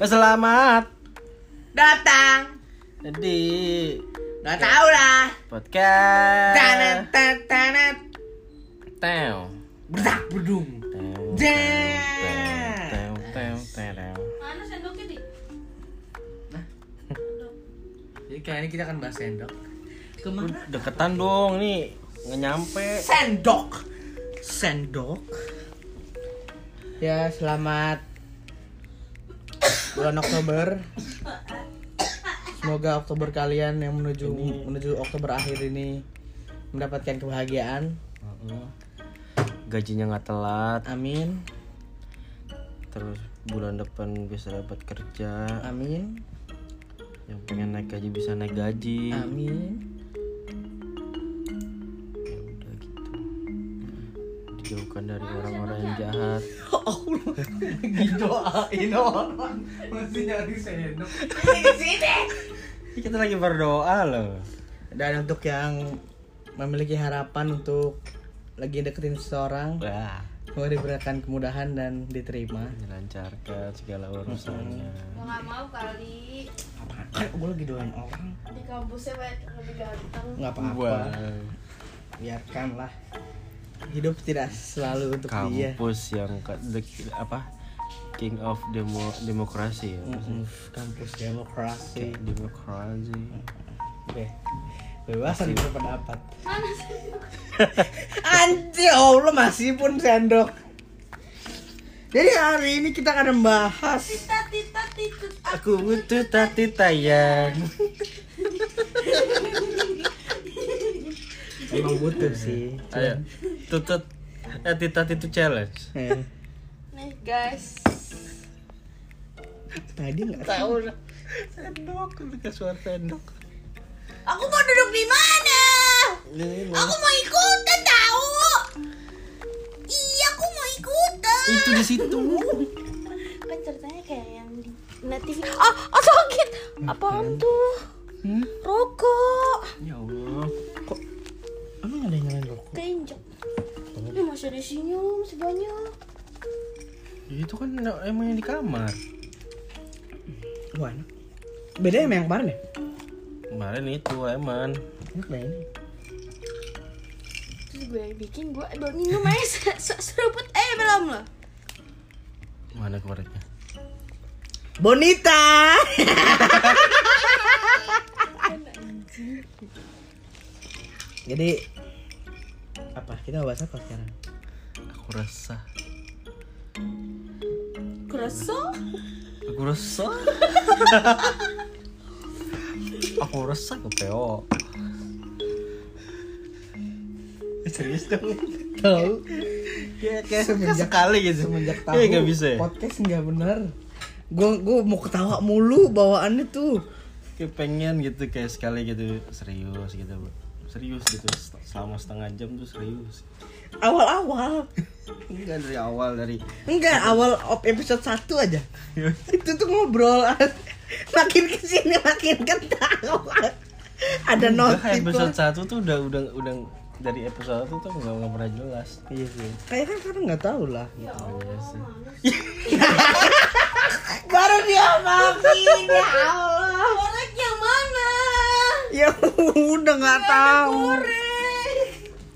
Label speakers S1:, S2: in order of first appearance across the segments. S1: Selamat
S2: datang
S1: di
S2: nggak tahu lah
S3: Eh.
S1: podcast.
S2: tanet tanet tanet
S1: Teo.
S2: berdak berdung
S1: Teo,
S2: Dah.
S1: teo, teo, teo, teo.
S4: Mana sendoknya di?
S2: jadi kali ini kita akan bahas sendok kemana
S1: Deketan dong nih, nggak nyampe.
S2: sendok sendok
S3: Ya, selamat bulan Oktober. Semoga Oktober kalian yang menuju menuju Oktober akhir ini mendapatkan kebahagiaan.
S1: Gajinya nggak telat,
S3: Amin.
S1: terus bulan depan bisa dapat kerja.
S3: Amin.
S1: Yang pengen naik gaji bisa naik gaji.
S3: Amin.
S1: Ya udah gitu. Dijauhkan dari orang-orang yang jahat.
S3: Doain orang masih nyari sendok.
S1: Ini Kita lagi berdoa loh.
S3: Dan untuk yang memiliki harapan untuk lagi deketin seseorang,
S1: Wah,
S3: semoga diberikan kemudahan dan diterima.
S1: dilancarkan segala urusannya.
S4: Mau nggak mau kali
S3: Kan gue lagi doain orang,
S4: di kampusnya banyak yang lebih ganteng.
S3: nggak apa-apa.
S1: Wah,
S3: biarkanlah hidup tidak selalu untuk dia
S1: kampus yang ke- the- apa king of demo demokrasi ya
S3: Mm-mm. kampus demokrasi
S1: Kayak demokrasi
S3: oke bebasan berpendapat
S4: Mana sendok?
S3: anjir ya allah masih pun sendok jadi hari ini kita akan membahas
S4: Tita tita titut.
S1: aku butuh tati tayang
S3: emang butuh sih
S1: ayo tutut tati tati itu challenge
S3: Eh,
S4: Nih guys.
S3: tadi nggak tahu
S1: sendok dekat suara sendok
S4: Aku mau duduk di mana? Aku mau ikutan tahu. Iya, aku mau ikutan.
S1: itu di situ
S4: Kan ceritanya kayak yang di nanti. Oh, oh sakit. Apaan tuh? Rokok
S1: ya allah
S3: emang ada yang nyalain rokok
S4: keinjak. Ini masih ada senyum sebanyak.
S1: itu kan emang yang di kamar
S3: wah enak beda sama yang kemarin ya
S1: kemarin itu eman
S3: enak deh ini
S4: Terus gue bikin gue belum minum aja se- se- seruput eh belum loh.
S1: mana kemarinnya
S3: bonita jadi apa kita mau bahas apa sekarang
S1: aku resah
S4: Kerasa?
S1: aku resah aku resah ke peo Eh,
S3: serius dong tahu
S1: Ya,
S3: Semenjak-
S1: sekali gitu
S3: semenjak tahu
S1: Iya, nggak bisa ya?
S3: podcast nggak bener gue gue mau ketawa mulu bawaannya tuh
S1: Kayak pengen gitu kayak sekali gitu serius gitu Bu. serius gitu set- selama setengah jam tuh serius
S3: awal-awal
S1: enggak dari awal dari
S3: enggak awal op episode 1 aja
S1: Iya.
S3: itu tuh ngobrol makin kesini makin ketawa ada notif
S1: Bahkan episode
S3: lah.
S1: satu tuh udah udah udah dari episode satu tuh nggak nggak pernah jelas
S3: Iya sih. Kayaknya kan karena nggak tahu lah.
S1: Iya sih.
S3: Baru dia maafin ya Allah.
S4: Korek yang mana?
S3: Ya udah nggak tahu.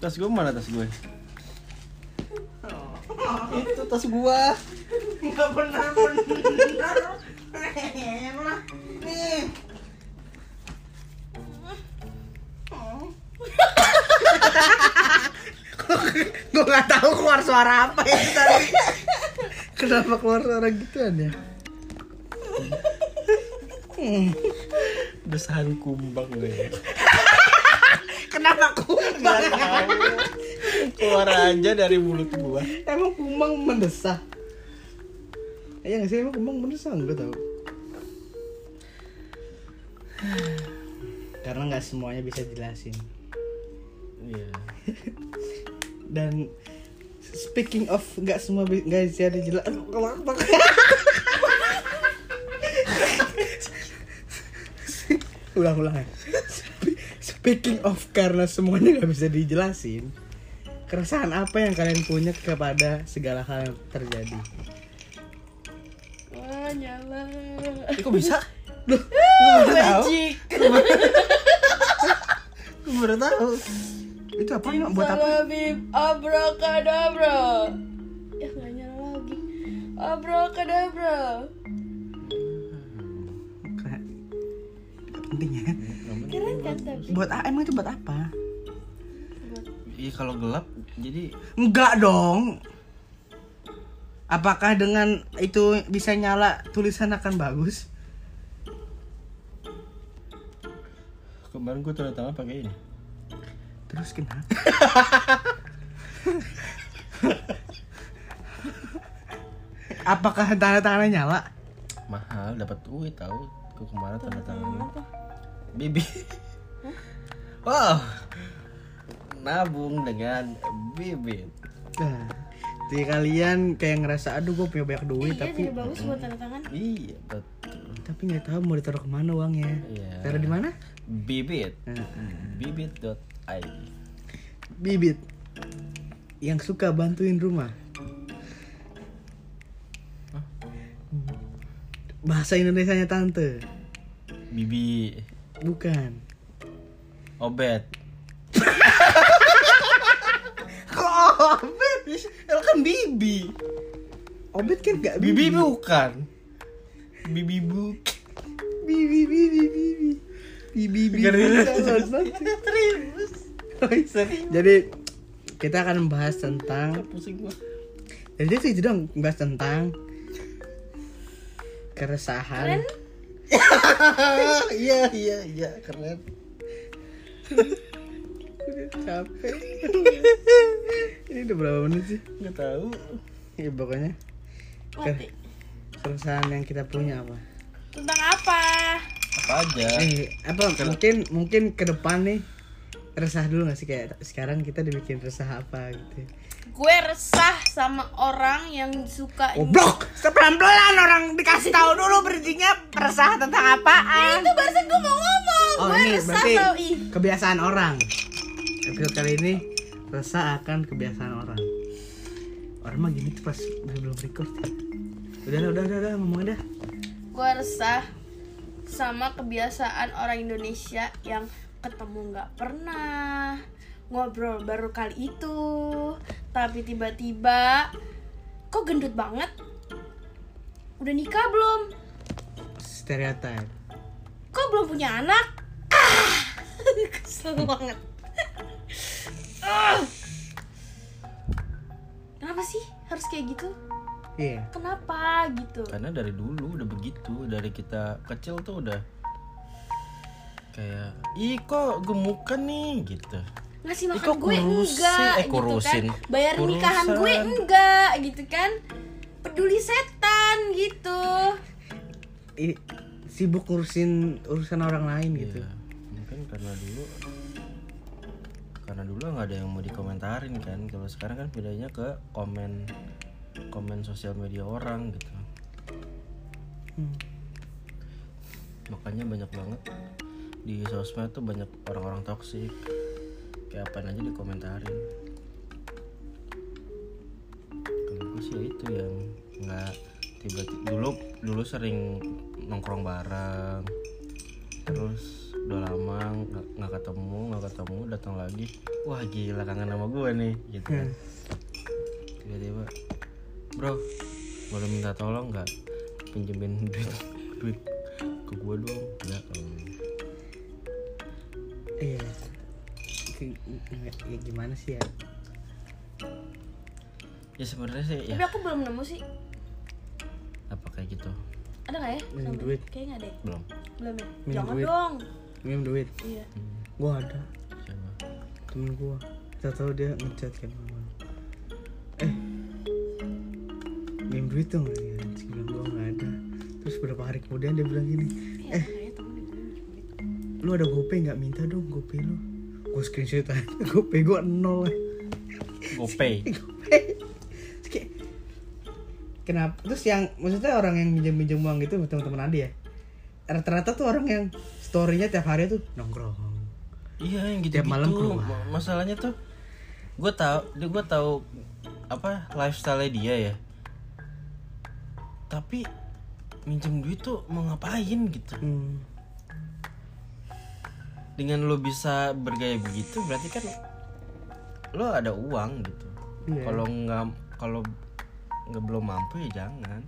S1: tas gue mana tas gue
S3: Itu tas gua. Nggak benar benar. Nih. Gue nggak tahu keluar suara apa itu tadi. Kenapa keluar suara gituan ya?
S1: desahan kumbang gue
S3: Kenapa kumbang?
S1: keluar aja dari mulut gue
S3: Emang kumbang mendesah? Iya nggak sih emang kumbang mendesah nggak tahu. Karena nggak semuanya bisa jelasin.
S1: iya
S3: Dan speaking of nggak semua bi- nggak bisa dijelasin. Ulang-ulang. ya. Spe- Speaking of karena semuanya nggak bisa dijelasin. Keresahan apa yang kalian punya kepada segala hal yang terjadi?
S4: Hmm,
S5: nyala.
S1: Eh, kok bisa?
S5: Loh,
S1: Gue baru tahu.
S5: magic.
S1: Gue baru tahu. Itu apa? Mak? Buat apa?
S5: Salabim abracadabra. Ya nggak nyala lagi. Abracadabra.
S3: Keren. penting ya
S5: Keren kan tapi
S3: buat ah, emang itu buat apa
S1: Iya kalau gelap jadi
S3: enggak dong apakah dengan itu bisa nyala tulisan akan bagus
S1: kemarin gue tanda tangan pakai ini.
S3: terus kenapa apakah tanda tangan nyala
S1: Mahal dapat duit tahu. Gue kemarin tanda tangan. Bibi. Wow. Nabung dengan bibit.
S3: nah, jadi kalian kayak ngerasa aduh gue punya banyak duit
S4: Iya,
S3: tapi
S4: jadi bagus buat tanda tangan.
S1: Iya betul.
S3: tapi nggak tahu mau ditaruh kemana uangnya
S1: Iya.
S3: taruh di mana
S1: Bibit. Hmm,
S3: Nah,
S1: Bibit.id.
S3: bibit yang suka bantuin rumah bahasa Indonesianya tante
S1: Bibi.
S3: bukan
S1: Obet.
S3: kok obet
S1: Ya kan bibi.
S3: obet kan gak
S1: Bibi bukan. Bibi bu.
S3: bibi bibi bibi bibi bibi jadi kita akan membahas tentang
S1: Pusing gua.
S3: jadi sih dong membahas tentang keresahan
S1: Ah, iya iya iya keren.
S3: capek ini udah berapa menit sih
S1: Nggak tahu.
S3: ya pokoknya
S4: Mati.
S3: keresahan yang kita punya apa
S4: Tentang apa?
S1: Apa aja?
S3: eh apa mungkin mungkin ke depan nih resah dulu gak sih kayak sekarang kita dibikin resah apa gitu
S4: Gue resah sama orang yang suka
S3: goblok
S5: Sepelan-pelan orang dikasih tahu dulu bridgingnya resah tentang apaan.
S4: Ah, Itu barusan gue mau ngomong.
S3: oh
S4: gue
S3: ini
S4: resah
S3: berarti
S4: tau ih.
S3: kebiasaan orang episode kali ini resah akan kebiasaan orang orang mah gini tuh pas belum record ya. udah udah udah udah ngomong dah
S4: Gue resah sama kebiasaan orang Indonesia yang ketemu nggak pernah ngobrol baru kali itu tapi tiba-tiba kok gendut banget udah nikah belum
S3: stereotip
S4: kok belum punya anak ah kesel banget Ah. kenapa sih harus kayak gitu
S3: iya
S4: kenapa gitu
S1: Karena dari dulu udah begitu, dari kita kecil tuh udah kayak ih kok gemukan nih gitu.
S4: ngasih makan
S1: kok
S4: gue
S1: kurusin-
S4: enggak
S1: eh, kurusin.
S4: gitu kan bayar
S1: Kurusan.
S4: nikahan gue enggak gitu kan peduli setan gitu
S3: I- sibuk ngurusin urusan orang lain gitu
S1: Iya. Mungkin karena dulu karena dulu nggak ada yang mau dikomentarin kan. Kalau sekarang kan bedanya ke komen komen sosial media orang gitu. Makanya banyak banget di sosmed tuh banyak orang-orang toksik. Kayak apa aja dikomentarin. Kalau gue sih itu yang nggak tiba-tiba dulu dulu sering nongkrong bareng terus udah lama nggak- nggak ketemu nggak ketemu datang lagi wah gila kangen sama gue nih gitu kan tiba-tiba bro boleh minta tolong nggak pinjemin duit duit ke gue dong nggak em,
S3: Iya. Ke- nggak- Ya gimana sih ya?
S1: ya sebenarnya sih ya
S4: tapi aku belum nemu sih
S1: apa kayak gitu
S4: ada nggak ya
S3: Minjem
S4: Sampai-
S3: duit.
S4: kayaknya nggak ada ya?
S1: belum
S4: belum ya
S3: Minjem
S4: jangan
S3: duit.
S4: dong
S3: Minjem duit.
S4: iya
S3: Gua ada
S1: siapa
S3: temen gua. Kita tahu dia ngechat kan malam. Eh. Minjem duit dong ya. Bilang gua nggak ada. Terus beberapa hari kemudian dia bilang gini, "Eh,
S4: iya kayaknya temen gitu." gue minjem duit.
S3: "Lu ada GoPay nggak? Minta dong GoPay lu." Gua screenshot aja. GoPay gua nol.
S1: gopay
S3: Terus kayak, Kenapa? Terus yang maksudnya orang yang minjem-minjem uang gitu teman-teman Adi ya. Rata-rata tuh orang yang story-nya tiap hari tuh nongkrong.
S1: iya yang gitu
S3: Tiap malam keluar.
S1: masalahnya tuh gue tahu dia gue tahu apa lifestyle dia ya tapi minjem duit tuh mau ngapain gitu
S3: Hmm.
S1: dengan lo bisa bergaya begitu berarti kan lo ada uang gitu
S3: Iya.
S1: kalau nggak kalau nggak belum mampu ya jangan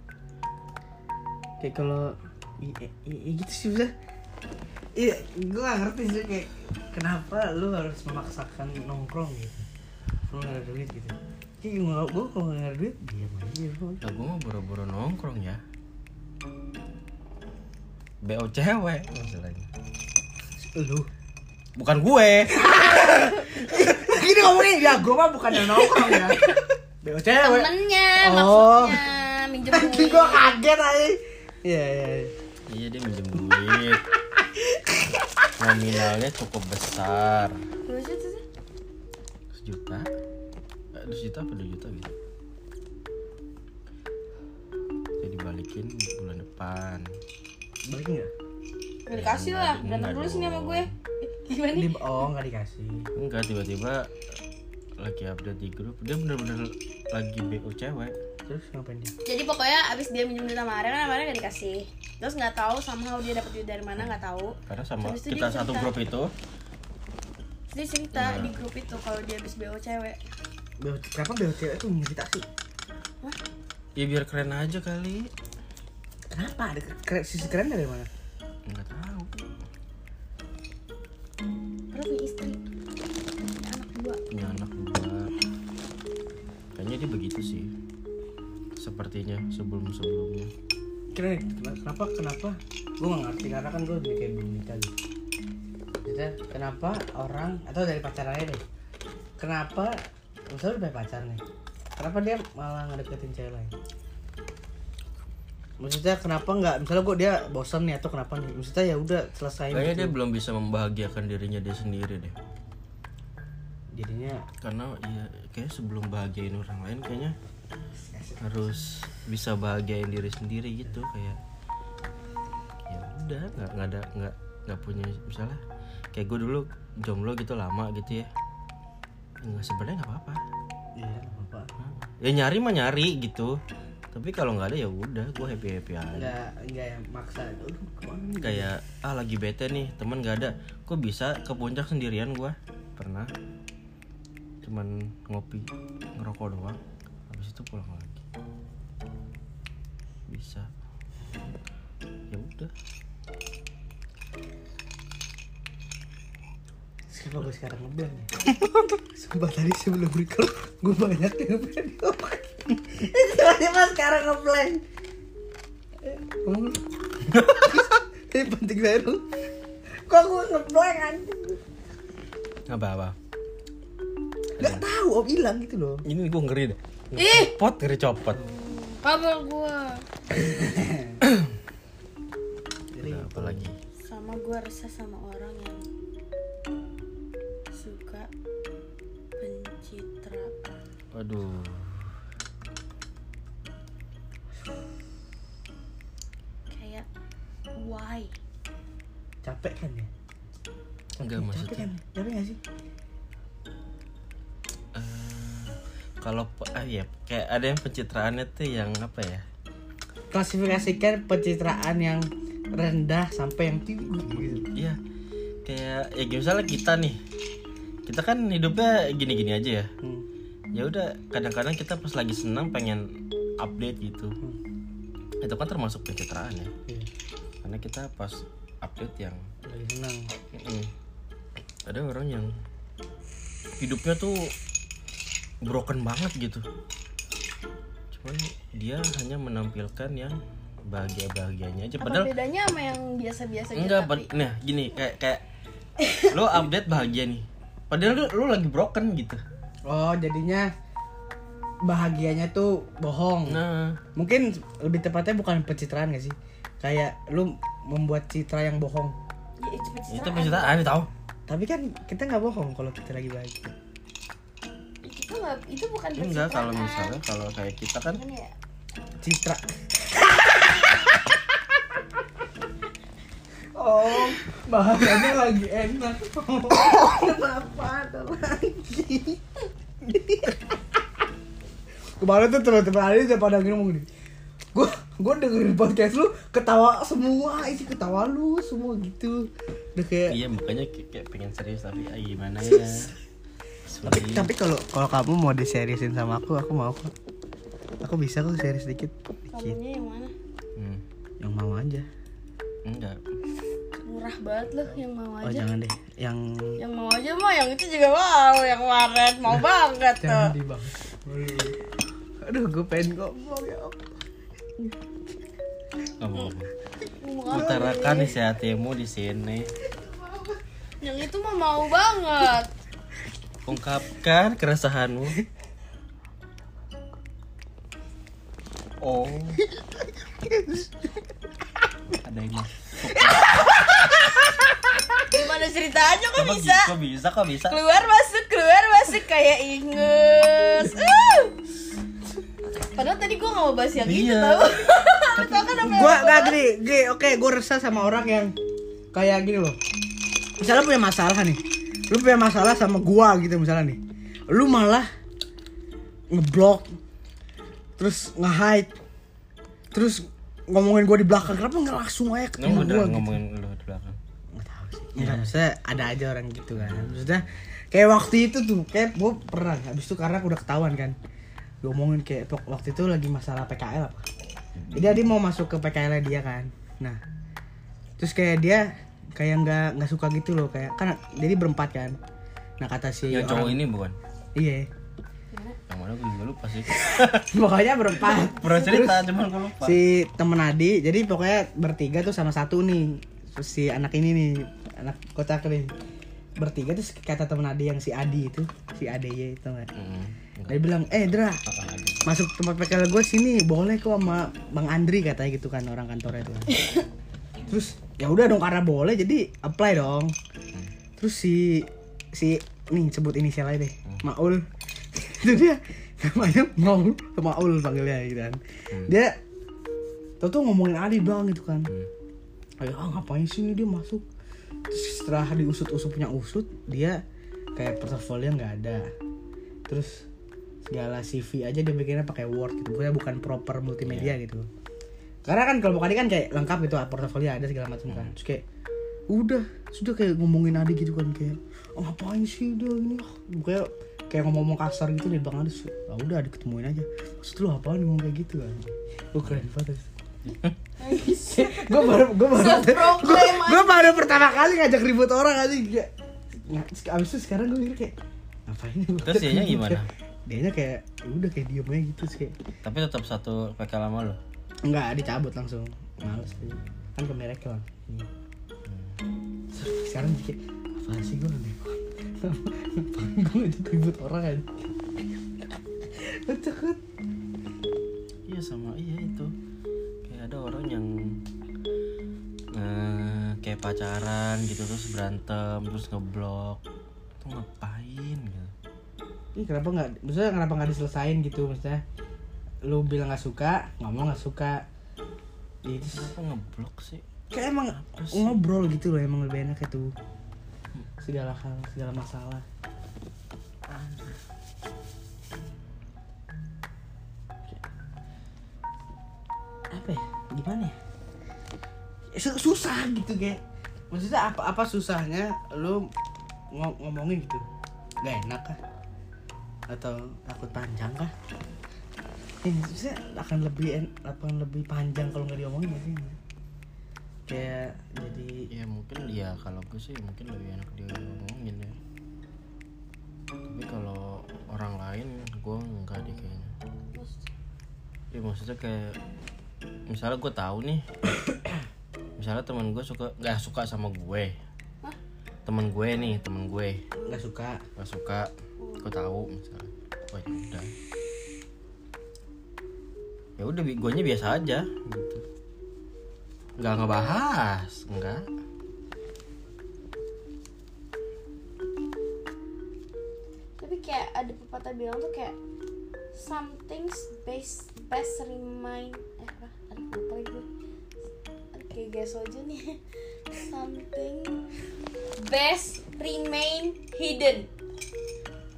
S3: kayak kalau i- i- i- gitu sih udah iya gue gak ngerti sih kayak kenapa lu harus memaksakan nongkrong gitu lu gak ada duit gitu kayak gue gue kalau gak ada duit diam aja gue
S1: ya gue mau boro-boro nongkrong ya bo cewek masalahnya
S3: lu
S1: bukan gue
S3: gini ngomongnya ya gue mah bukan yang nongkrong ya Beo
S1: Eh,
S3: cewek
S4: Temennya
S3: Oh.
S4: maksudnya minjem
S3: anjing
S4: duit.
S3: gue kaget aja iya iya iya.
S1: iya dia minjem duit nominalnya cukup besar
S4: Terus itu sih.
S1: sejuta Eh, dua juta apa dua juta gitu jadi balikin bulan depan
S3: balik nggak
S4: Gak dikasih lah,
S1: Enggak
S4: berantem dulu sini sama
S1: dong.
S4: gue Gimana
S3: di
S4: nih?
S3: oh nggak dikasih
S1: enggak tiba-tiba lagi update di grup dia bener-bener lagi bo cewek
S3: terus ngapain dia
S4: Jadi pokoknya abis dia minjem duit sama Arya kan Arya gak dikasih Terus gak tahu somehow dia dapet duit dari mana gak tahu
S1: karena sama
S4: Habis itu
S1: kita
S4: dia
S1: satu
S4: cerita.
S1: grup itu
S4: Terus dia cerita
S1: Iya.
S4: di grup itu kalau dia abis BO cewek
S3: Beo- kenapa beo cewek tuh cerita sih
S1: ya biar keren aja kali
S3: kenapa ada keren sisi keren dari mana
S1: nggak tahu
S4: Terus punya istri Punya anak dua
S1: punya anak dua kayaknya dia begitu sih sepertinya sebelum sebelumnya
S3: keren kenapa kenapa gue gak ngerti karena kan gue kayak belum nikah gitu Maksudnya, kenapa orang atau dari pacarannya deh kenapa misalnya udah punya pacar nih kenapa dia malah ngedeketin cewek lain maksudnya kenapa nggak misalnya gue dia bosan nih atau kenapa nih maksudnya ya udah selesai
S1: kayaknya
S3: gitu.
S1: dia belum bisa membahagiakan dirinya dia sendiri deh
S3: jadinya
S1: karena ya kayak sebelum bahagiain orang lain kayaknya harus bisa bahagiain diri sendiri gitu kayak ya udah nggak nggak ada nggak nggak punya misalnya kayak gue dulu jomblo gitu lama gitu ya nggak sebenarnya nggak apa-apa
S3: iya apa
S1: ya nyari mah nyari gitu tapi kalau nggak ada ya udah gue happy happy aja
S3: nggak nggak yang maksa aduh kemana
S1: kayak ah lagi bete nih teman nggak ada kok bisa ke puncak sendirian gue pernah cuman ngopi ngerokok doang habis itu pulang lagi bisa ya udah
S3: Kenapa gue sekarang ngeblank ya? Sumpah tadi sebelum record gue banyak ngeblank
S6: tiba-tiba sekarang ngeblank
S3: Ngomong lu. Ini penting saya dong
S6: kok gue ngeblank anjing
S1: nggak apa-apa
S3: Gak tau om hilang gitu loh
S1: ini gue ngeri deh
S4: Ih!
S1: pot ngeri copot
S4: Kabar gue
S3: Iya,
S1: Udah, apa lagi
S4: Sama gue resah sama orang yang Suka pencitraan
S1: aduh
S4: Kayak why?
S3: Capek kan ya?
S1: enggak
S3: Capek
S1: maksudnya
S3: kan? Capek gak sih?
S1: kalau pe- ah ya kayak ada yang pencitraannya tuh yang apa ya
S3: Klasifikasikan pencitraan yang rendah sampai yang tinggi gitu
S1: Iya. Kayak ya kayak misalnya kita nih. Kita kan hidupnya gini-gini aja ya.
S3: Hmm.
S1: Ya udah kadang-kadang kita pas lagi senang pengen update gitu. Itu kan termasuk pencitraan ya.
S3: Iya.
S1: Karena kita pas update yang
S3: Lagi senang
S1: Mm-mm. ada orang yang hidupnya tuh broken banget gitu. Cuman dia hanya menampilkan yang bahagia-bahagianya aja
S4: Apa
S1: padahal
S4: bedanya sama yang biasa-biasa aja
S1: Enggak,
S4: gitu tapi
S1: pad- nah gini kayak kayak lo update bahagia nih. Padahal lu, lu lagi broken gitu.
S3: Oh jadinya bahagianya tuh bohong
S1: Nah,
S3: Mungkin lebih tepatnya bukan pencitraan gak sih? Kayak lu membuat citra yang bohong
S4: Ya, itu pencitraan
S1: itu pencitraan tahu.
S3: Tapi kan kita nggak bohong kalau kita lagi bahagia
S4: itu nggak itu bukan
S1: Enggak kalau
S4: pencitraan.
S1: misalnya kalau kayak kita kan
S4: Kan ya?
S3: Citra. oh, bahasannya lagi enak.
S6: kenapa ada lagi
S3: Kemarin tuh teman-teman Ali udah pada ngomong nih. gue gue dengerin podcast lu ketawa semua isi ketawa lu semua gitu udah kayak
S1: iya makanya kayak kayak pengen serius tapi ah, gimana ya
S3: tapi
S1: Sorry.
S3: tapi kalau kalau kamu mau diseriusin sama aku aku mau kok aku bisa kok serius dikit dikit
S4: Kamunya yang mana?
S1: Hmm,
S3: yang mau aja
S1: enggak
S4: Murah banget loh yang mau
S3: oh
S4: aja.
S3: jangan deh yang
S4: yang mau aja mah yang itu juga mau, yang waret mau banget tuh.
S7: di bang
S3: aduh gue pengen ngomong ya Allah.
S1: nggak mau utarakan isi hatimu di sini
S4: Yang itu mah mau banget.
S1: ungkapkan keresahanmu oh ada yang masuk.
S4: Gimana ceritanya kok
S1: Kok
S4: bisa?
S1: kok bisa kok bisa
S4: Keluar masuk, keluar masuk kayak ingus. Uh. Padahal tadi gua gak mau bahas yang itu
S1: Iya.
S4: tau. Lu tau kan apa yang
S3: gue gak gini gini oke gue resah sama orang yang kayak gini loh misalnya punya masalah nih lu punya masalah sama gua gitu misalnya nih lu malah ngeblok terus nge-hide terus ngomongin gua di belakang kenapa nggak langsung aja
S1: Nggak
S3: ketemu
S1: udah
S3: gua gitu
S1: ngomongin lu di belakang
S3: Enggak, Ya, maksudnya ada aja orang gitu kan Maksudnya kayak waktu itu tuh Kayak gue pernah, habis itu karena udah ketahuan kan Diomongin kayak pok- waktu itu lagi masalah PKL apa Jadi dia mau masuk ke PKL -nya dia kan Nah Terus kayak dia kayak nggak nggak suka gitu loh kayak kan jadi berempat kan nah kata si
S1: yang cowok
S3: orang-
S1: ini bukan
S3: iya
S1: yang mana gue juga lupa sih
S3: pokoknya berempat
S1: pernah cerita cuman gue lupa
S3: si temen Adi jadi pokoknya bertiga tuh sama satu nih Terus si anak ini nih anak kocak nih bertiga terus kata temen Adi yang si Adi itu si Adeye itu nggak
S1: Hmm, enggak.
S3: dia bilang eh Dra
S1: Apa lagi?
S3: masuk tempat PKL gue sini boleh kok sama Bang Andri katanya gitu kan orang kantornya itu terus ya udah dong karena boleh jadi apply dong terus si si nih sebut inisialnya deh Maul itu dia namanya Maul Maul panggilnya gitu kan dia tau tuh ngomongin Adi doang gitu kan kayak ah ngapain sih dia masuk terus setelah diusut-usut punya usut dia kayak portofolio nggak ada terus segala CV aja dia bikinnya pakai Word gitu bukan bukan proper multimedia gitu karena kan kelompok Adi kan kayak lengkap gitu ah, portofolio ada segala macam kan terus kayak udah sudah kayak ngomongin Adi gitu kan kayak oh, ngapain sih dia ini ah, kayak kayak ngomong-ngomong kasar gitu deh bang Adi ah, udah Adi ketemuin aja maksud lu apaan ngomong kayak gitu kan gue keren banget gue baru gue baru gue
S4: Self-proclaim
S3: gue baru pertama kali ngajak ribut orang aja kayak Nah, terus abis itu sekarang gue mikir kayak ngapain ya gua
S1: Terus dianya
S3: ketemu?"
S1: gimana?
S3: dianya kayak "Ya udah kayak diem aja gitu sih kayak
S1: tapi tetap satu PK lama lo
S3: enggak dicabut langsung males aja. kan ke miracle kan Terus sekarang gue kayak apa sih gue nih ngapain gue ngajak ribut orang aja Kocak banget.
S1: iya sama iya itu kayak ada orang yang eh, kayak pacaran gitu terus berantem terus ngeblok itu ngapain gitu
S3: Ih kenapa nggak, maksudnya kenapa nggak diselesain gitu maksudnya? Lu bilang nggak suka, ngomong nggak suka. Ya, itu sih.
S1: kenapa ngeblok sih
S3: kayak emang ngobrol gitu loh emang lebih enak itu segala hal segala masalah apa ya gimana ya Ya, su- susah gitu kayak maksudnya apa apa susahnya lu ngo- ngomongin gitu gak enak kah atau takut panjang kah ya, maksudnya akan lebih en- akan lebih panjang kalau nggak diomongin gak sih kayak
S1: ya
S3: jadi
S1: mungkin ya kalau gue sih mungkin lebih enak dia ngomongin ya tapi kalau orang lain gue nggak deh kayaknya ya maksudnya kayak misalnya gue tahu nih misalnya teman gue suka nggak suka sama gue teman gue nih teman gue
S3: nggak suka
S1: nggak suka gue tahu misalnya oh ya udah ya udah bi- guanya biasa aja gitu nggak ngebahas enggak
S4: Tapi kayak ada pepatah bilang tuh kayak something's best best remind eh apa? Aduh, lupa lagi gue. Oke, guys aja nih. Something best remain hidden.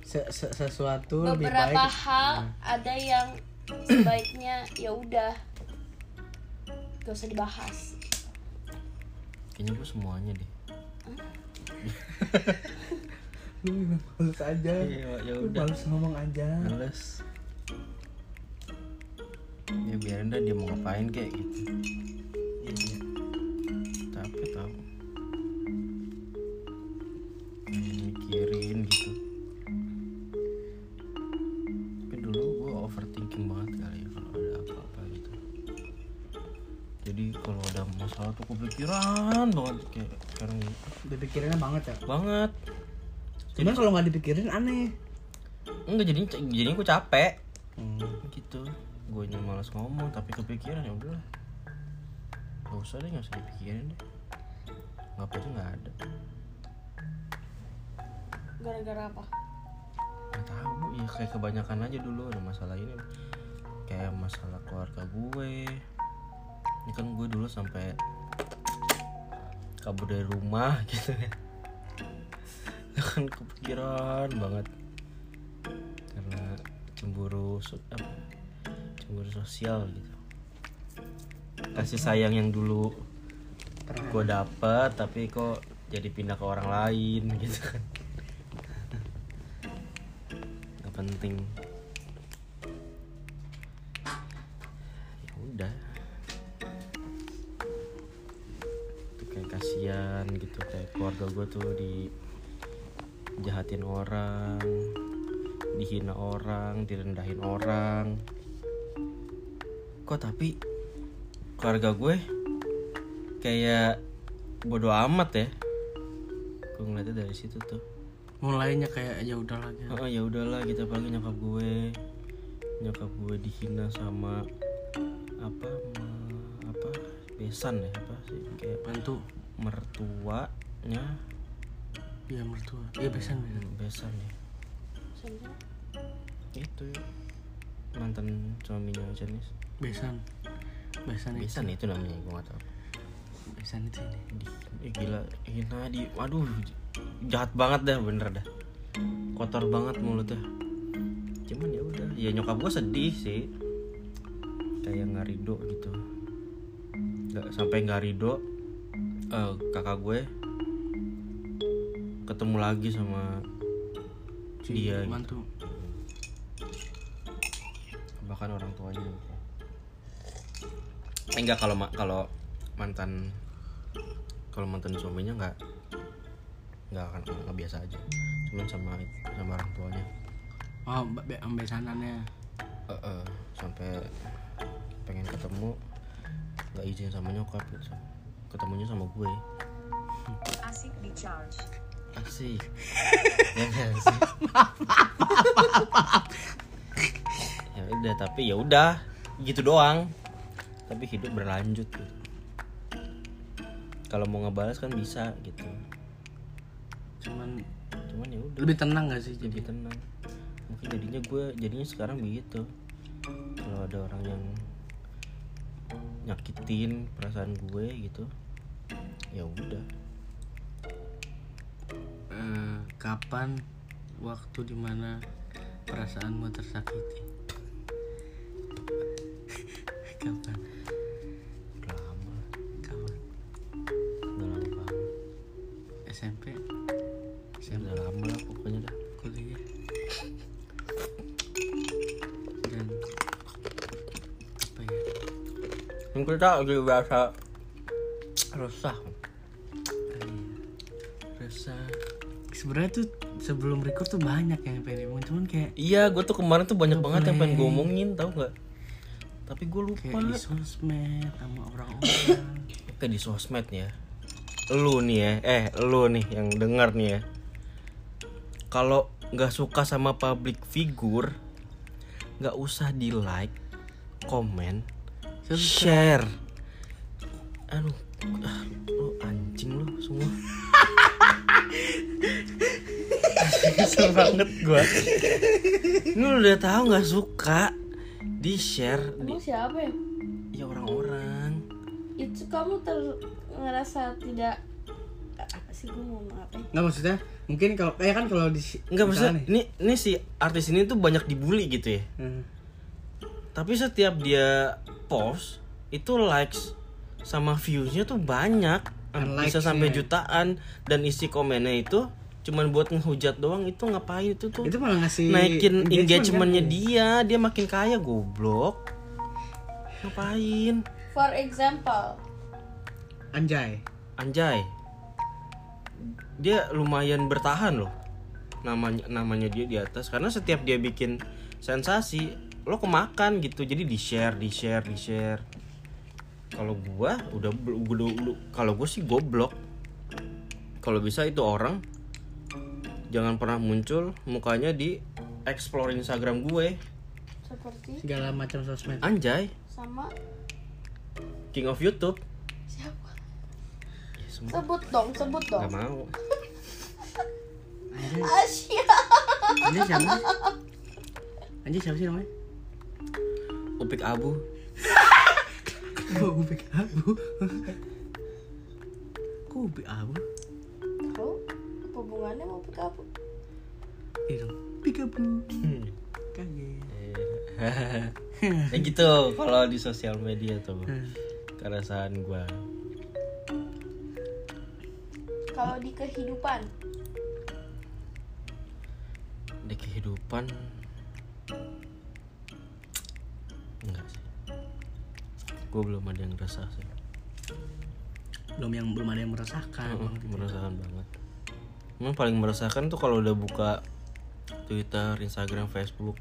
S3: Se- se- sesuatu
S1: ya. Hmm.
S3: lebih
S4: Beberapa
S3: baik
S4: hal ada yang sebaiknya ya udah gak usah dibahas
S1: kayaknya gue semuanya deh
S7: lu bilang males aja
S1: ya
S7: lu males ngomong aja
S1: males ya biarin dah dia mau ngapain kayak gitu iya. tapi tahu mikirin gitu tapi dulu gue overthinking banget kali ya kalau ada apa-apa gitu jadi kalau ada masalah tuh kepikiran banget kayak sekarang gitu.
S3: udah pikirannya banget ya
S1: banget
S3: cuman kalau nggak dipikirin aneh
S1: enggak jadi jadi gue capek gitu gue malas ngomong tapi kepikiran ya udahlah nggak usah deh nggak usah dipikirin deh ngapain tuh nggak ada
S4: gara-gara apa
S1: nggak tahu ya kayak kebanyakan aja dulu ada masalah ini kayak masalah keluarga gue ini kan gue dulu sampai kabur dari rumah gitu ya Ya kan kepikiran banget karena cemburu so- apa, cemburu sosial gitu kasih sayang yang dulu gue dapet tapi kok jadi pindah ke orang lain gitu kan nggak penting ya udah itu kayak kasihan gitu kayak keluarga gue tuh di jahatin orang dihina orang direndahin orang kok tapi keluarga gue kayak bodoh amat ya gue ngeliatnya dari situ tuh
S2: mulainya kayak ya udah lagi
S1: Oh ya udahlah kita pagi nyokap gue nyokap gue dihina sama apa me- apa besan ya apa sih kayak
S2: bantu
S1: mertuanya
S2: ya mertua ya besan besan
S1: Hmm, besan ya
S4: Sebenernya
S1: itu ya. mantan suaminya Janis
S2: besan besan itu
S1: besan itu namanya gue gak tau
S2: besan itu ini
S1: Ih, gila hina di waduh jahat banget dah bener dah kotor banget mulutnya cuman ya udah ya nyokap gue sedih sih kayak nggak ridho gitu nggak sampai nggak ridho eh, kakak gue ketemu lagi sama
S2: Si
S1: dia gitu.
S2: bantu
S1: bahkan orang tuanya gitu. Eh, enggak kalau ma- kalau mantan kalau mantan suaminya enggak enggak akan enggak biasa aja cuman sama sama orang tuanya
S2: oh be- be- besanannya
S1: Eh, eh, sampai pengen ketemu nggak izin sama nyokap gitu ketemunya sama gue
S8: Asik di charge.
S1: asik ya nggak sih? ya udah tapi ya udah gitu doang tapi hidup berlanjut gitu. kalau mau ngebales kan bisa gitu
S2: cuman
S1: cuman ya udah
S2: lebih tenang gak sih
S1: jadi
S2: jadi
S1: tenang mungkin jadinya gue jadinya sekarang begitu kalau ada orang yang nyakitin perasaan gue gitu ya udah
S2: eh, kapan waktu dimana perasaanmu tersakiti kapan
S1: udah lama
S2: kapan
S1: udah lama banget
S2: SMP
S1: udah lama lah pokoknya dah
S2: kuliah dan apa ya
S1: Kan kita lagi biasa resah
S2: resah sebenarnya tuh sebelum record tuh banyak yang pengen diomongin cuman kayak
S1: Iya gue tuh kemarin tuh banyak banget yang pengen gue
S2: Ngeblank.
S1: omongin tau gak Tapi gue
S2: kayak
S1: lupa
S2: di sosmed sama orang-orang
S1: Oke di sosmed nih ya Lu nih ya Eh lu nih yang denger nih ya Kalau nggak suka sama public figure nggak usah di like Comment Share Aduh ah, Lu anjing lu semua Kesel banget gue Lu udah tahu nggak suka Di share di,
S4: Emang siapa ya?
S1: Ya orang-orang
S4: Itu kamu ter ngerasa tidak apa sih gue mau ngomong apa ya?
S3: nggak maksudnya mungkin kalau
S7: eh,
S3: kayak kan kalau di
S1: Enggak maksudnya
S3: misalnya nih,
S1: ini ini si artis ini tuh banyak dibully gitu ya.
S3: hmm,
S1: Tapi setiap dia post itu likes sama viewsnya tuh banyak
S7: Dan
S1: bisa
S7: likes-nya.
S1: sampai jutaan dan isi komennya itu cuman buat ngehujat doang itu ngapain itu tuh
S7: eh, itu malah ngasih
S1: naikin
S7: engagement,
S1: engagementnya
S7: kan?
S1: dia dia makin kaya goblok ngapain
S4: For example,
S7: anjay
S1: anjay dia lumayan bertahan loh namanya namanya dia di atas karena setiap dia bikin sensasi lo kemakan gitu jadi di share di share di share kalau gua udah bel- udah- udah- kalau gua sih goblok kalau bisa itu orang jangan pernah muncul mukanya di explore Instagram gue
S4: seperti
S7: segala macam sosmed
S1: anjay
S4: sama
S1: King of YouTube
S4: siapa?
S1: Ya, semua
S4: Sebut dong, sebut
S1: nggak
S4: dong. Ah,
S1: mau
S4: Asia.
S7: anjay siapa sih? anjay siapa sih namanya
S1: Upik Abu
S7: Kok gue pikir abu Kok gue pikir abu
S4: Tahu? Apa hubungannya mau pick up?
S7: Iya dong Pikir abu
S2: Hmm.
S7: Kaget
S1: ya gitu kalau di sosial media tuh kerasaan gua
S4: Kalau di kehidupan,
S1: di kehidupan enggak sih gue belum ada yang ngerasa sih
S7: Belum yang belum ada yang merasakan
S1: Heeh,
S3: gitu.
S1: merasakan banget emang paling merasakan tuh kalau udah buka Twitter Instagram Facebook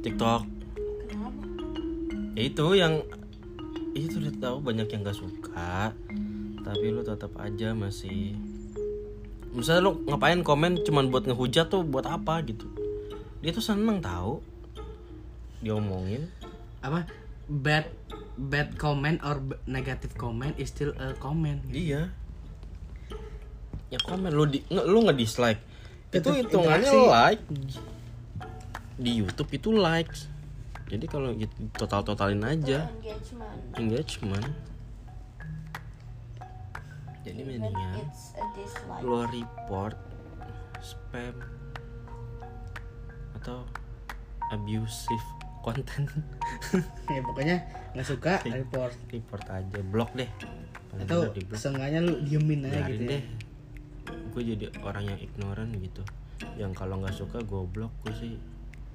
S1: TikTok
S4: kenapa?
S1: ya itu yang ya itu udah tahu banyak yang gak suka tapi lu tetap aja masih misalnya lu ngapain komen cuman buat ngehujat tuh buat apa gitu dia tuh seneng tahu diomongin
S7: Apa Bad Bad comment or b- negative comment is still a comment
S3: Iya.
S1: dia ya komen lu di nge, lu nge dislike itu
S3: Tetep
S1: hitungannya
S3: interaksi.
S1: like di YouTube itu likes jadi kalau gitu total totalin aja
S4: Engagement.
S1: engagement jadi
S4: Even
S1: mendingan
S4: it's a dislike.
S1: lo report spam atau abusive konten
S3: ya pokoknya nggak suka
S1: Iya.
S3: report
S1: report aja blok deh Paling
S3: atau
S1: bener di blok
S3: seenggaknya lu diemin aja
S1: biarin
S3: gitu ya.
S1: deh gue jadi orang yang ignoran gitu yang kalau nggak suka gue blok gue sih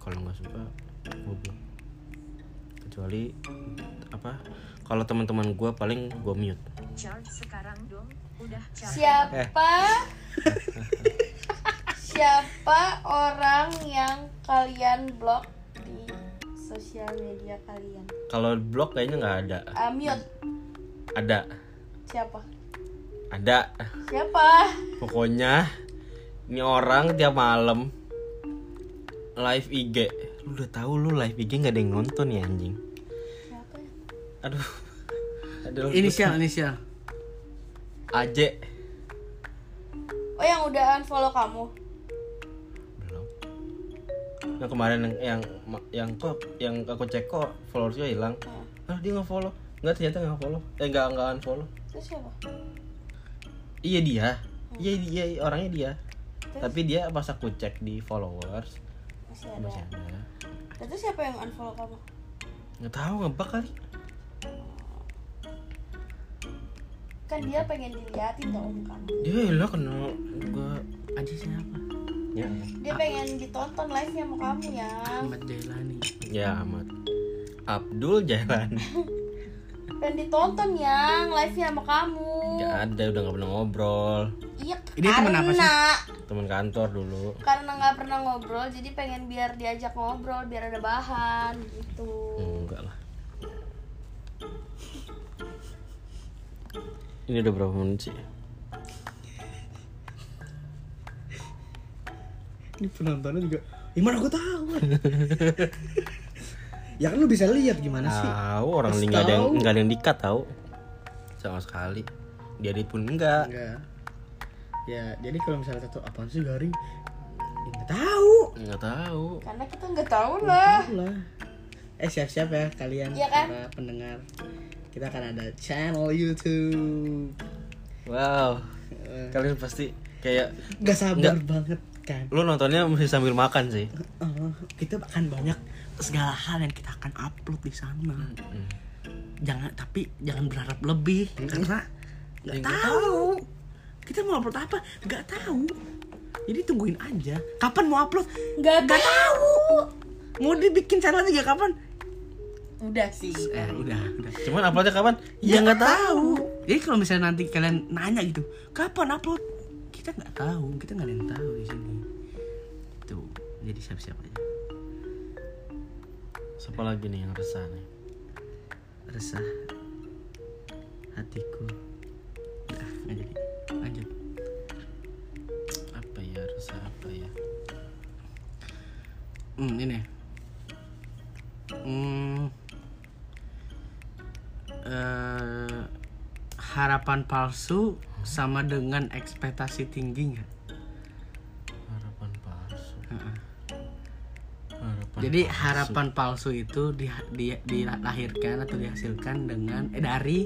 S1: kalau nggak suka gue blok kecuali apa kalau teman-teman gue paling gue mute
S8: Charge sekarang dong. Udah charge.
S4: Siapa? siapa orang yang kalian blok di sosial media kalian?
S1: kalau blok kayaknya nggak ada
S4: Ah, mute.
S1: ada
S4: Siapa?
S1: ada
S4: Siapa?
S1: pokoknya ini orang tiap malam live IG lu udah tahu lu live IG nggak ada yang nonton ya anjing
S4: Siapa? ya?
S1: aduh aduh
S7: Inisial Inisial
S1: Aje
S4: Oh yang udah unfollow kamu?
S1: belum yang kemarin yang yang yang kok yang aku cek kok followersnya hilang ah dia nggak follow nggak ternyata nggak follow eh nggak nggak unfollow
S4: Itu siapa?
S1: iya dia iya dia orangnya dia tapi dia pas aku cek di followers
S4: Masih ada.
S1: masih ada
S4: Itu siapa yang unfollow kamu?
S1: nggak tahu ngebak kali
S4: Kan dia pengen diliatin dong kamu.
S1: dia lah kenal gua
S7: Anjay siapa
S1: ya
S4: Dia pengen ditonton live-nya sama kamu ya.
S7: Ahmad Jailani
S1: ya amat Abdul Jalan
S4: Pengen ditonton ya live-nya sama kamu.
S1: ya ada udah nggak pernah ngobrol
S4: Iya,
S7: Ini temen apa sih?
S4: karena
S1: teman kantor dulu
S4: karena nggak pernah ngobrol jadi pengen biar diajak ngobrol biar ada bahan gitu
S1: enggak lah ini udah berapa menit sih
S3: ini penontonnya juga gimana aku tahu ya kan lu bisa lihat gimana sih
S1: tahu orang
S3: Kasih
S1: ini nggak ada yang
S3: tahu.
S1: nggak ada yang dikat tahu sama sekali dia edit pun enggak
S3: enggak ya jadi kalau misalnya satu apaan sih garing ya, nggak tahu
S1: nggak tahu
S4: karena kita nggak tahu lah
S3: Tahu lah eh siap-siap ya kalian
S4: Iya kan?
S3: para pendengar kita akan ada channel YouTube
S1: wow kalian pasti kayak
S3: Gak sabar
S1: Nggak.
S3: banget kan
S1: lu nontonnya mesti sambil makan sih
S3: Eh, kita akan banyak segala hal yang kita akan upload di sana jangan tapi jangan berharap lebih karena nggak tahu kita mau upload apa nggak tahu jadi tungguin aja kapan mau upload
S4: Nggak
S3: nggak tahu mau dibikin channel juga kapan
S9: udah sih
S3: eh udah udah
S1: Cuman uploadnya kapan? Iya,
S3: ya nggak tahu jadi kalau misalnya nanti kalian nanya gitu kapan upload kita nggak tahu kita nggak ada yang tahu di sini tuh jadi siap-siap aja
S1: Siapa lagi nih yang resah nih?
S3: resah hatiku ya nggak jadi lanjut
S1: Apa ya resah apa ya?
S3: hmm ini hmm eh, harapan palsu sama dengan ekspektasi tinggi nggak
S1: Harapan palsu. Harapan
S3: Jadi
S1: palsu.
S3: harapan palsu itu di, di- dilahirkan atau dihasilkan dengan eh, dari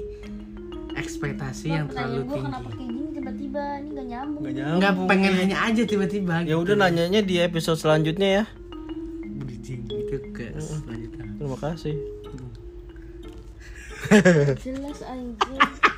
S3: ekspektasi yang terlalu
S4: gue kenapa
S3: tinggi.
S4: kayak gini tiba-tiba ini gak nyambung
S1: Nggak nyambung.
S3: Enggak pengen hanya aja tiba-tiba. gitu.
S1: Ya udah nanyanya di episode selanjutnya ya.
S3: Bridging gitu ke selanjutnya.
S1: Terima kasih.
S4: jelas anjing